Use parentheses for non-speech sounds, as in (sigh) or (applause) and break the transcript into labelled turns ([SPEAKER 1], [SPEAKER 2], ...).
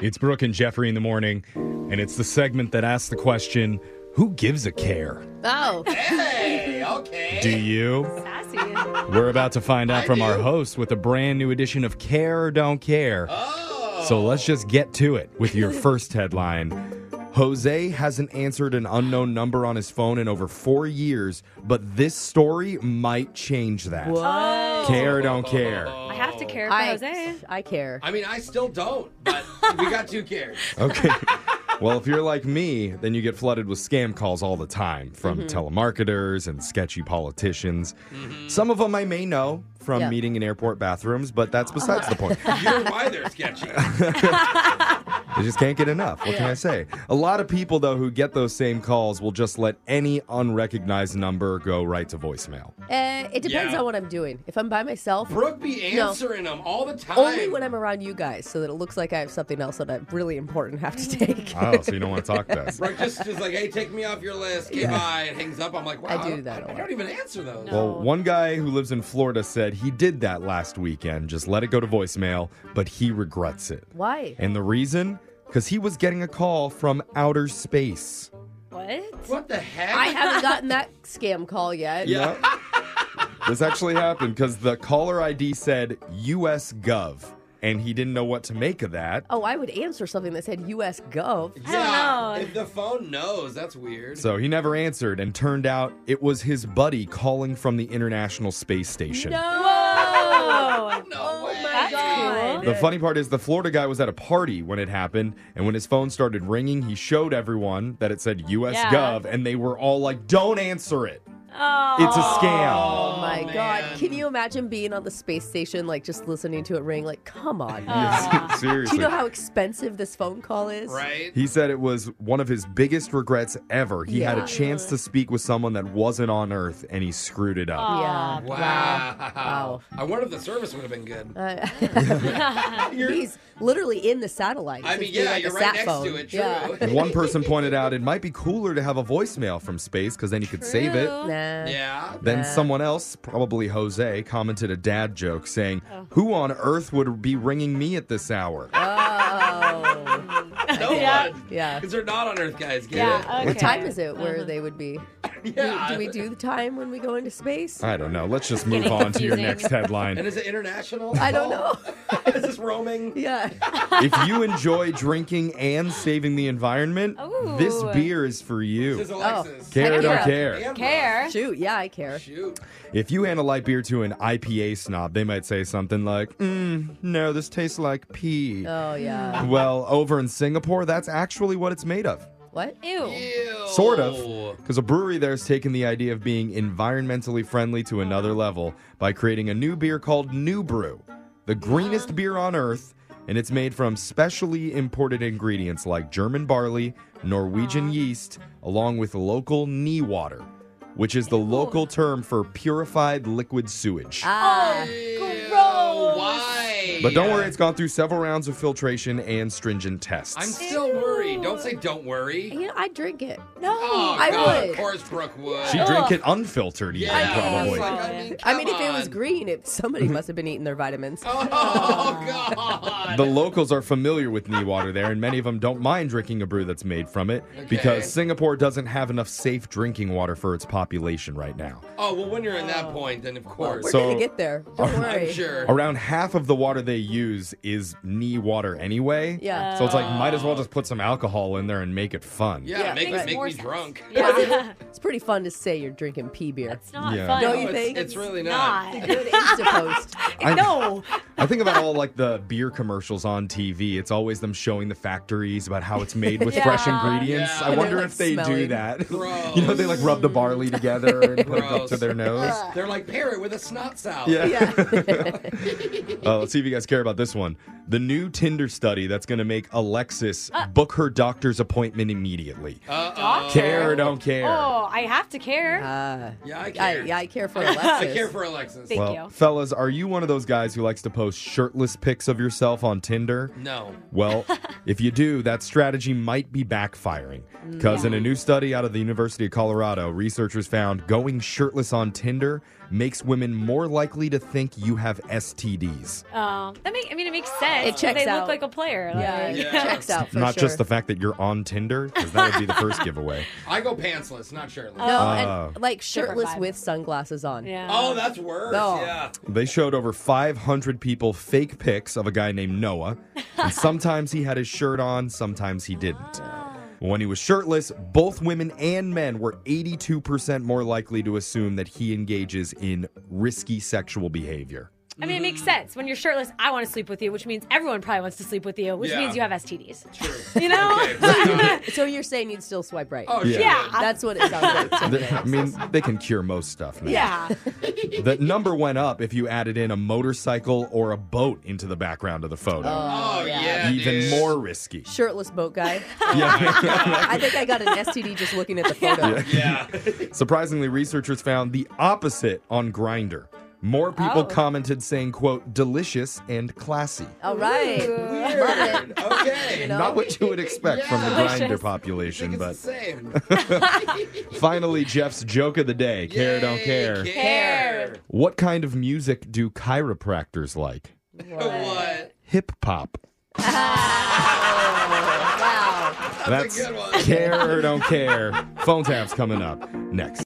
[SPEAKER 1] It's Brooke and Jeffrey in the morning, and it's the segment that asks the question Who gives a care?
[SPEAKER 2] Oh,
[SPEAKER 3] Hey, okay.
[SPEAKER 1] Do you?
[SPEAKER 2] (laughs) sassy.
[SPEAKER 1] We're about to find out
[SPEAKER 3] I
[SPEAKER 1] from our
[SPEAKER 3] do.
[SPEAKER 1] host with a brand new edition of Care or Don't Care.
[SPEAKER 3] Oh.
[SPEAKER 1] So let's just get to it with
[SPEAKER 3] (laughs)
[SPEAKER 1] your first headline. Jose hasn't answered an unknown number on his phone in over four years, but this story might change that.
[SPEAKER 2] Whoa.
[SPEAKER 1] Care or don't care.
[SPEAKER 4] Oh. I have to care for
[SPEAKER 2] I,
[SPEAKER 4] Jose.
[SPEAKER 2] I care.
[SPEAKER 3] I mean, I still don't, but we got two cares.
[SPEAKER 1] Okay. (laughs) well, if you're like me, then you get flooded with scam calls all the time from telemarketers and sketchy politicians. Some of them I may know from
[SPEAKER 2] Yeah.
[SPEAKER 1] meeting in airport bathrooms, but that's besides the point.
[SPEAKER 3] You know why they're sketchy.
[SPEAKER 1] They just can't get enough. What can I say? A lot of people, though, who get those same calls will just let any unrecognized number go right to voicemail.
[SPEAKER 2] Uh, it depends
[SPEAKER 3] Yeah.
[SPEAKER 2] on what I'm doing. If I'm by myself,
[SPEAKER 3] Brooke be
[SPEAKER 2] No.
[SPEAKER 3] answering them all the time.
[SPEAKER 2] only when I'm around you guys, so that it looks like I have something else that I'm really important have to take.
[SPEAKER 1] Oh, so you don't want to talk to
[SPEAKER 3] (laughs)
[SPEAKER 1] us.
[SPEAKER 3] Brooke just is like, hey, take me off your list. Okay, bye. And hangs up. I'm like, wow.
[SPEAKER 2] I do
[SPEAKER 3] don't-
[SPEAKER 2] that a
[SPEAKER 3] I,
[SPEAKER 2] lot.
[SPEAKER 3] don't even answer those.
[SPEAKER 4] No.
[SPEAKER 1] Well, one guy who lives in Florida said he did that last weekend, just let it go to voicemail, but he regrets it.
[SPEAKER 2] Why?
[SPEAKER 1] And the reason? Because he was getting a call from outer space.
[SPEAKER 4] What?
[SPEAKER 3] What the heck?
[SPEAKER 2] I haven't gotten that scam call yet.
[SPEAKER 3] Yeah.
[SPEAKER 1] this actually happened because the caller ID said US Gov, and he didn't know what to make of that.
[SPEAKER 2] Oh, I would answer something that said US Gov.
[SPEAKER 4] I don't know.
[SPEAKER 3] If the phone knows, that's weird.
[SPEAKER 1] So he never answered, and turned out it was his buddy calling from the International Space Station.
[SPEAKER 4] Whoa.
[SPEAKER 3] no
[SPEAKER 2] Oh
[SPEAKER 3] way.
[SPEAKER 2] my God.
[SPEAKER 1] The funny part is the Florida guy was at a party when it happened, and when his phone started ringing, he showed everyone that it said US
[SPEAKER 4] Yeah.
[SPEAKER 1] Gov, and they were all like, "Don't answer it!
[SPEAKER 4] Oh.
[SPEAKER 1] It's a scam." (laughs)
[SPEAKER 2] Oh my
[SPEAKER 3] man.
[SPEAKER 2] god. Can you imagine being on the space station, like just listening to it ring? Like, come on.
[SPEAKER 4] Aw.
[SPEAKER 2] Do
[SPEAKER 1] Seriously.
[SPEAKER 2] you know how expensive this phone call is?
[SPEAKER 3] Right?
[SPEAKER 1] he said it was one of his biggest regrets ever. He had
[SPEAKER 2] Yeah.
[SPEAKER 1] a chance to speak with someone that wasn't on Earth, and he screwed it up.
[SPEAKER 2] Yeah.
[SPEAKER 3] Wow. I wonder if the service would have been good. (laughs)
[SPEAKER 2] Uh, (laughs) he's literally in the satellite.
[SPEAKER 3] I
[SPEAKER 2] It's
[SPEAKER 3] mean,
[SPEAKER 2] being
[SPEAKER 3] yeah,
[SPEAKER 2] like a
[SPEAKER 3] you're right
[SPEAKER 2] sat
[SPEAKER 3] next
[SPEAKER 2] phone.
[SPEAKER 3] to it. True.
[SPEAKER 2] Yeah.
[SPEAKER 3] Yeah. (laughs)
[SPEAKER 1] One person pointed out it might be cooler to have a voicemail from space because then you could save it.
[SPEAKER 4] True.
[SPEAKER 2] (laughs) Nah.
[SPEAKER 1] Then
[SPEAKER 2] Nah.
[SPEAKER 1] someone else, probably Jose, commented a dad joke saying,
[SPEAKER 4] Oh.
[SPEAKER 1] Who on earth would be ringing me at this hour?
[SPEAKER 2] Oh.
[SPEAKER 3] No
[SPEAKER 4] Yeah.
[SPEAKER 3] one.
[SPEAKER 2] Yeah.
[SPEAKER 3] Because they're not on Earth, guys. Get
[SPEAKER 4] Yeah.
[SPEAKER 3] it.
[SPEAKER 4] Okay.
[SPEAKER 2] What time is it where they would be?
[SPEAKER 3] Uh-huh. Yeah. Uh,
[SPEAKER 2] Do we do the time when we go into space?
[SPEAKER 1] I don't know. Let's just move on to your
[SPEAKER 4] confusing.
[SPEAKER 1] next
[SPEAKER 3] And
[SPEAKER 4] (laughs)
[SPEAKER 1] headline.
[SPEAKER 3] is it international?
[SPEAKER 2] I don't know.
[SPEAKER 3] (laughs) is
[SPEAKER 2] (laughs)
[SPEAKER 3] this roaming?
[SPEAKER 2] Yeah.
[SPEAKER 3] (laughs)
[SPEAKER 1] if you enjoy drinking and saving the environment,
[SPEAKER 4] Ooh.
[SPEAKER 1] this beer is for
[SPEAKER 3] This is
[SPEAKER 2] Oh.
[SPEAKER 1] you.
[SPEAKER 3] Alexis.
[SPEAKER 1] Care or don't
[SPEAKER 2] Yeah.
[SPEAKER 1] care.
[SPEAKER 3] And
[SPEAKER 2] (laughs)
[SPEAKER 4] Care.
[SPEAKER 2] Shoot. Yeah, I care.
[SPEAKER 3] Shoot.
[SPEAKER 1] If you hand a light beer to an IPA snob, they might say something like, mm, No, this tastes like pee.
[SPEAKER 2] Oh, yeah.
[SPEAKER 1] well, over in Singapore, that's actually what it's made of.
[SPEAKER 3] Hmm.
[SPEAKER 2] What?
[SPEAKER 4] Ew.
[SPEAKER 3] Ew.
[SPEAKER 1] Sort
[SPEAKER 3] Oh.
[SPEAKER 1] of. Because a brewery there has taken the idea of being environmentally friendly to another level by creating a new beer called New Brew, the greenest beer on earth, and it's made from specially imported ingredients like German barley, Norwegian yeast, along with local knee water, which is the local term for purified liquid sewage.
[SPEAKER 3] Oh.
[SPEAKER 2] Ah.
[SPEAKER 3] Ew.
[SPEAKER 4] Gross.
[SPEAKER 3] Why?
[SPEAKER 1] But don't worry, it's gone through several rounds of filtration and stringent tests.
[SPEAKER 3] I'm still worried. Don't say don't worry.
[SPEAKER 2] You know, I drink it.
[SPEAKER 4] No.
[SPEAKER 3] Oh,
[SPEAKER 2] I
[SPEAKER 3] God.
[SPEAKER 2] would.
[SPEAKER 3] Of course, Brooke would.
[SPEAKER 1] she drank it unfiltered, even
[SPEAKER 3] yeah.
[SPEAKER 1] probably.
[SPEAKER 3] Like,
[SPEAKER 4] Yeah.
[SPEAKER 3] I mean,
[SPEAKER 2] I mean, if it was
[SPEAKER 3] come on. (laughs) Mm-hmm.
[SPEAKER 2] green, it, somebody must have been eating their vitamins.
[SPEAKER 3] Oh, God.
[SPEAKER 1] The locals are familiar with knee water there, and many of them don't mind drinking a brew that's made from it because Singapore doesn't have enough safe drinking water for its population right now.
[SPEAKER 3] oh, well, when you're in that point, then of
[SPEAKER 2] We're
[SPEAKER 3] course.
[SPEAKER 1] So-
[SPEAKER 2] gonna get there. Don't worry.
[SPEAKER 3] (laughs) I'm sure.
[SPEAKER 1] Around half of the water they use is knee water anyway.
[SPEAKER 2] Yeah.
[SPEAKER 1] So it's like, might as well just put some alcohol in there and make it fun.
[SPEAKER 3] Oh. Yeah,
[SPEAKER 2] Yeah,
[SPEAKER 3] make,
[SPEAKER 2] makes
[SPEAKER 3] make
[SPEAKER 4] more
[SPEAKER 3] me
[SPEAKER 4] sense.
[SPEAKER 3] drunk.
[SPEAKER 2] (laughs)
[SPEAKER 4] Yeah.
[SPEAKER 2] It's pretty fun to say you're drinking pea beer.
[SPEAKER 4] it's not
[SPEAKER 1] Yeah.
[SPEAKER 4] fun.
[SPEAKER 2] Don't you
[SPEAKER 3] it's,
[SPEAKER 2] think?
[SPEAKER 3] It's really not.
[SPEAKER 2] (laughs)
[SPEAKER 4] not.
[SPEAKER 2] You're the Insta post.
[SPEAKER 1] I-
[SPEAKER 4] (laughs) no.
[SPEAKER 1] I think about all like the beer commercials on TV. It's always them showing the factories about how it's made with
[SPEAKER 4] (laughs) Yeah.
[SPEAKER 1] fresh
[SPEAKER 2] Ah,
[SPEAKER 1] ingredients.
[SPEAKER 3] Yeah.
[SPEAKER 1] I
[SPEAKER 3] And
[SPEAKER 1] wonder
[SPEAKER 2] they're, like,
[SPEAKER 1] if they do
[SPEAKER 2] smelling.
[SPEAKER 1] that. (laughs)
[SPEAKER 3] Gross.
[SPEAKER 1] you know, they like rub the barley together and put it up
[SPEAKER 3] Gross.
[SPEAKER 1] to their nose.
[SPEAKER 3] They're like, pair it with a snot salad.
[SPEAKER 1] Yeah. (laughs)
[SPEAKER 2] Yeah.
[SPEAKER 1] Uh, let's see if you guys care about this one. The new Tinder study that's going to make Alexis book her doctor's appointment immediately.
[SPEAKER 3] Oh. Uh-oh.
[SPEAKER 1] care or don't care.
[SPEAKER 4] Oh, I have to care.
[SPEAKER 2] Uh,
[SPEAKER 3] Yeah, I
[SPEAKER 2] I,
[SPEAKER 3] care.
[SPEAKER 2] yeah, I care for
[SPEAKER 3] (laughs) I
[SPEAKER 2] Alexis.
[SPEAKER 3] care for Alexis.
[SPEAKER 4] Thank
[SPEAKER 1] well,
[SPEAKER 4] you.
[SPEAKER 1] fellas, are you one of those guys who likes to post shirtless pics of yourself on Tinder?
[SPEAKER 3] No.
[SPEAKER 2] (laughs)
[SPEAKER 1] Well, if you do, that strategy might be backfiring.
[SPEAKER 2] Mm,
[SPEAKER 1] Because in a new study out of the University of Colorado, researchers found going shirtless on Tinder makes women more likely to think you have STDs.
[SPEAKER 4] Oh. Oh, that make, I mean, it makes sense.
[SPEAKER 2] It checks
[SPEAKER 4] they
[SPEAKER 2] out.
[SPEAKER 4] look like a player.
[SPEAKER 2] Yeah,
[SPEAKER 4] like-
[SPEAKER 2] it
[SPEAKER 3] Yeah.
[SPEAKER 2] checks out Oh, for
[SPEAKER 1] Not
[SPEAKER 2] sure.
[SPEAKER 1] just the fact that you're on Tinder, because that would be the
[SPEAKER 2] (laughs)
[SPEAKER 1] first giveaway.
[SPEAKER 3] I go pantsless, not shirtless.
[SPEAKER 2] no,
[SPEAKER 1] Oh.
[SPEAKER 2] and like shirtless
[SPEAKER 4] vibe.
[SPEAKER 2] with sunglasses on.
[SPEAKER 4] yeah.
[SPEAKER 3] oh, that's worse.
[SPEAKER 2] No.
[SPEAKER 3] Yeah.
[SPEAKER 1] They showed over 500 people fake pics of a guy named Noah, and sometimes he had his shirt on, sometimes he didn't. When he was shirtless, both women and men were 82% more likely to assume that he engages in risky sexual behavior.
[SPEAKER 4] I mean, it
[SPEAKER 3] Mm-hmm.
[SPEAKER 4] makes sense. When you're shirtless, I want to sleep with you, which means everyone probably wants to sleep with you, which
[SPEAKER 3] Yeah.
[SPEAKER 4] means you have STDs.
[SPEAKER 3] True.
[SPEAKER 4] You know? (laughs)
[SPEAKER 3] Okay, let's not-
[SPEAKER 2] (laughs) So you're saying you'd still swipe right?
[SPEAKER 3] oh, shit.
[SPEAKER 4] Yeah.
[SPEAKER 2] That's what it
[SPEAKER 1] (laughs)
[SPEAKER 2] sounds like. to me.
[SPEAKER 1] They- I mean, they can cure most stuff now.
[SPEAKER 4] Yeah.
[SPEAKER 1] The number went up if you added in a motorcycle or a boat into the background of the photo.
[SPEAKER 3] Oh,
[SPEAKER 2] yeah.
[SPEAKER 3] yeah.
[SPEAKER 1] Even
[SPEAKER 3] dude.
[SPEAKER 1] more risky. (laughs)
[SPEAKER 2] Shirtless boat guy.
[SPEAKER 1] Yeah.
[SPEAKER 2] I think I got an STD just looking at the photo.
[SPEAKER 1] (laughs)
[SPEAKER 3] Yeah.
[SPEAKER 1] Surprisingly, researchers found the opposite on Grinder. More people
[SPEAKER 4] Oh.
[SPEAKER 1] commented saying, quote, delicious and classy.
[SPEAKER 2] All right. Love it.
[SPEAKER 3] okay.
[SPEAKER 2] You know?
[SPEAKER 1] Not what you would expect from the
[SPEAKER 4] Delicious.
[SPEAKER 1] Grinder
[SPEAKER 3] I think
[SPEAKER 1] population,
[SPEAKER 3] it's
[SPEAKER 1] but
[SPEAKER 3] the same.
[SPEAKER 1] finally, Jeff's joke of the day. (laughs) Care, don't
[SPEAKER 3] Yay,
[SPEAKER 1] care.
[SPEAKER 4] Care.
[SPEAKER 1] What kind of music do chiropractors like?
[SPEAKER 3] What?
[SPEAKER 1] Hip
[SPEAKER 4] (laughs)
[SPEAKER 1] hop.
[SPEAKER 4] Oh,
[SPEAKER 2] Wow.
[SPEAKER 1] That's
[SPEAKER 3] good one.
[SPEAKER 1] care or don't care. Phone tap's coming up next.